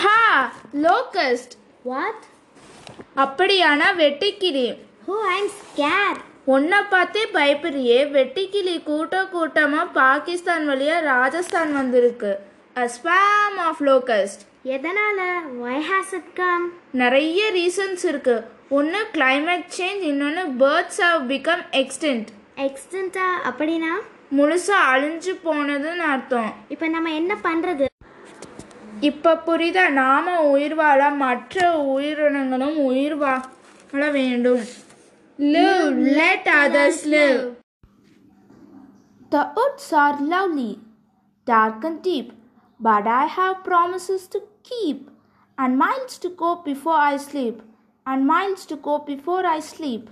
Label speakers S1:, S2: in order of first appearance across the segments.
S1: Ha! Locust!
S2: What?
S1: அப்படியானா வெட்டுக்கிளி
S2: Oh, I'm scared.
S1: உன்னை பார்த்தே பயப்படுறியே வெட்டுக்கிளி கூட்ட கூட்டமா பாகிஸ்தான் வழியா ராஜஸ்தான் வந்திருக்கு A swarm of locust.
S2: எதனால why has it come
S1: நிறைய ரீசன்ஸ் இருக்கு ஒன்று climate சேஞ்ச் இன்னொன்று பேர்ட்ஸ் have become extinct
S2: எக்ஸ்டென்ட்டா அப்படின்னா
S1: முழுசா அழிஞ்சு போனதுன்னு அர்த்தம்
S2: இப்போ நம்ம என்ன பண்றது
S1: இப்போ புரிதா நாம உயிர் வாழ மற்ற உயிரினங்களும் உயிர் வாழ வேண்டும் live let others live The woods are lovely, dark and deep, but I have promises to keep, and miles to go before I sleep, and miles to go before I sleep.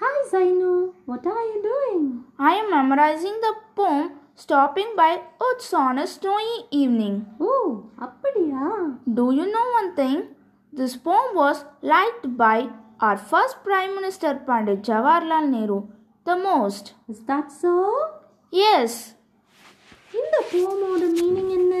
S2: Hi Zainu, what are you doing?
S1: I am memorizing the poem, stopping by woods on a snowy evening.
S2: Oh, அப்படியா
S1: Do you know one thing? This poem was liked by our first Prime Minister Pandit Jawaharlal Nehru the most.
S2: Is that so?
S1: Yes,
S2: இந்த போமோட meaning என்ன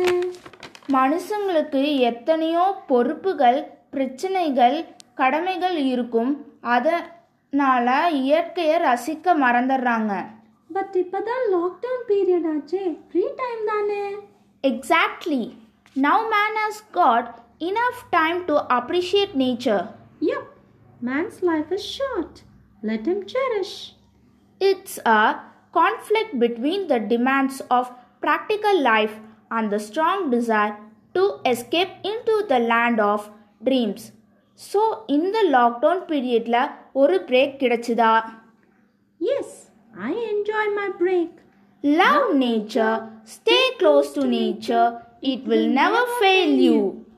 S1: மனுஷங்களுக்கு எத்தனையோ பொறுப்புகள் பிரச்சனைகள் கடமைகள் இருக்கும் அதனால இயற்கையை ரசிக்க மறந்துடுறாங்க
S2: பட் இப்பதான் லாக்டவுன் பீரியட் ஆச்சே ஃப்ரீ டைம் தானே
S1: Exactly. Now man has got enough time to appreciate nature.
S2: Yep, man's life is short. Let him cherish.
S1: It's a conflict between the demands of practical life and the strong desire to escape into the land of dreams. So, in the lockdown periodல ஒரு break கிடைச்சுதா
S2: Yes, I enjoy my break.
S1: Love nature stay close to nature it will never fail you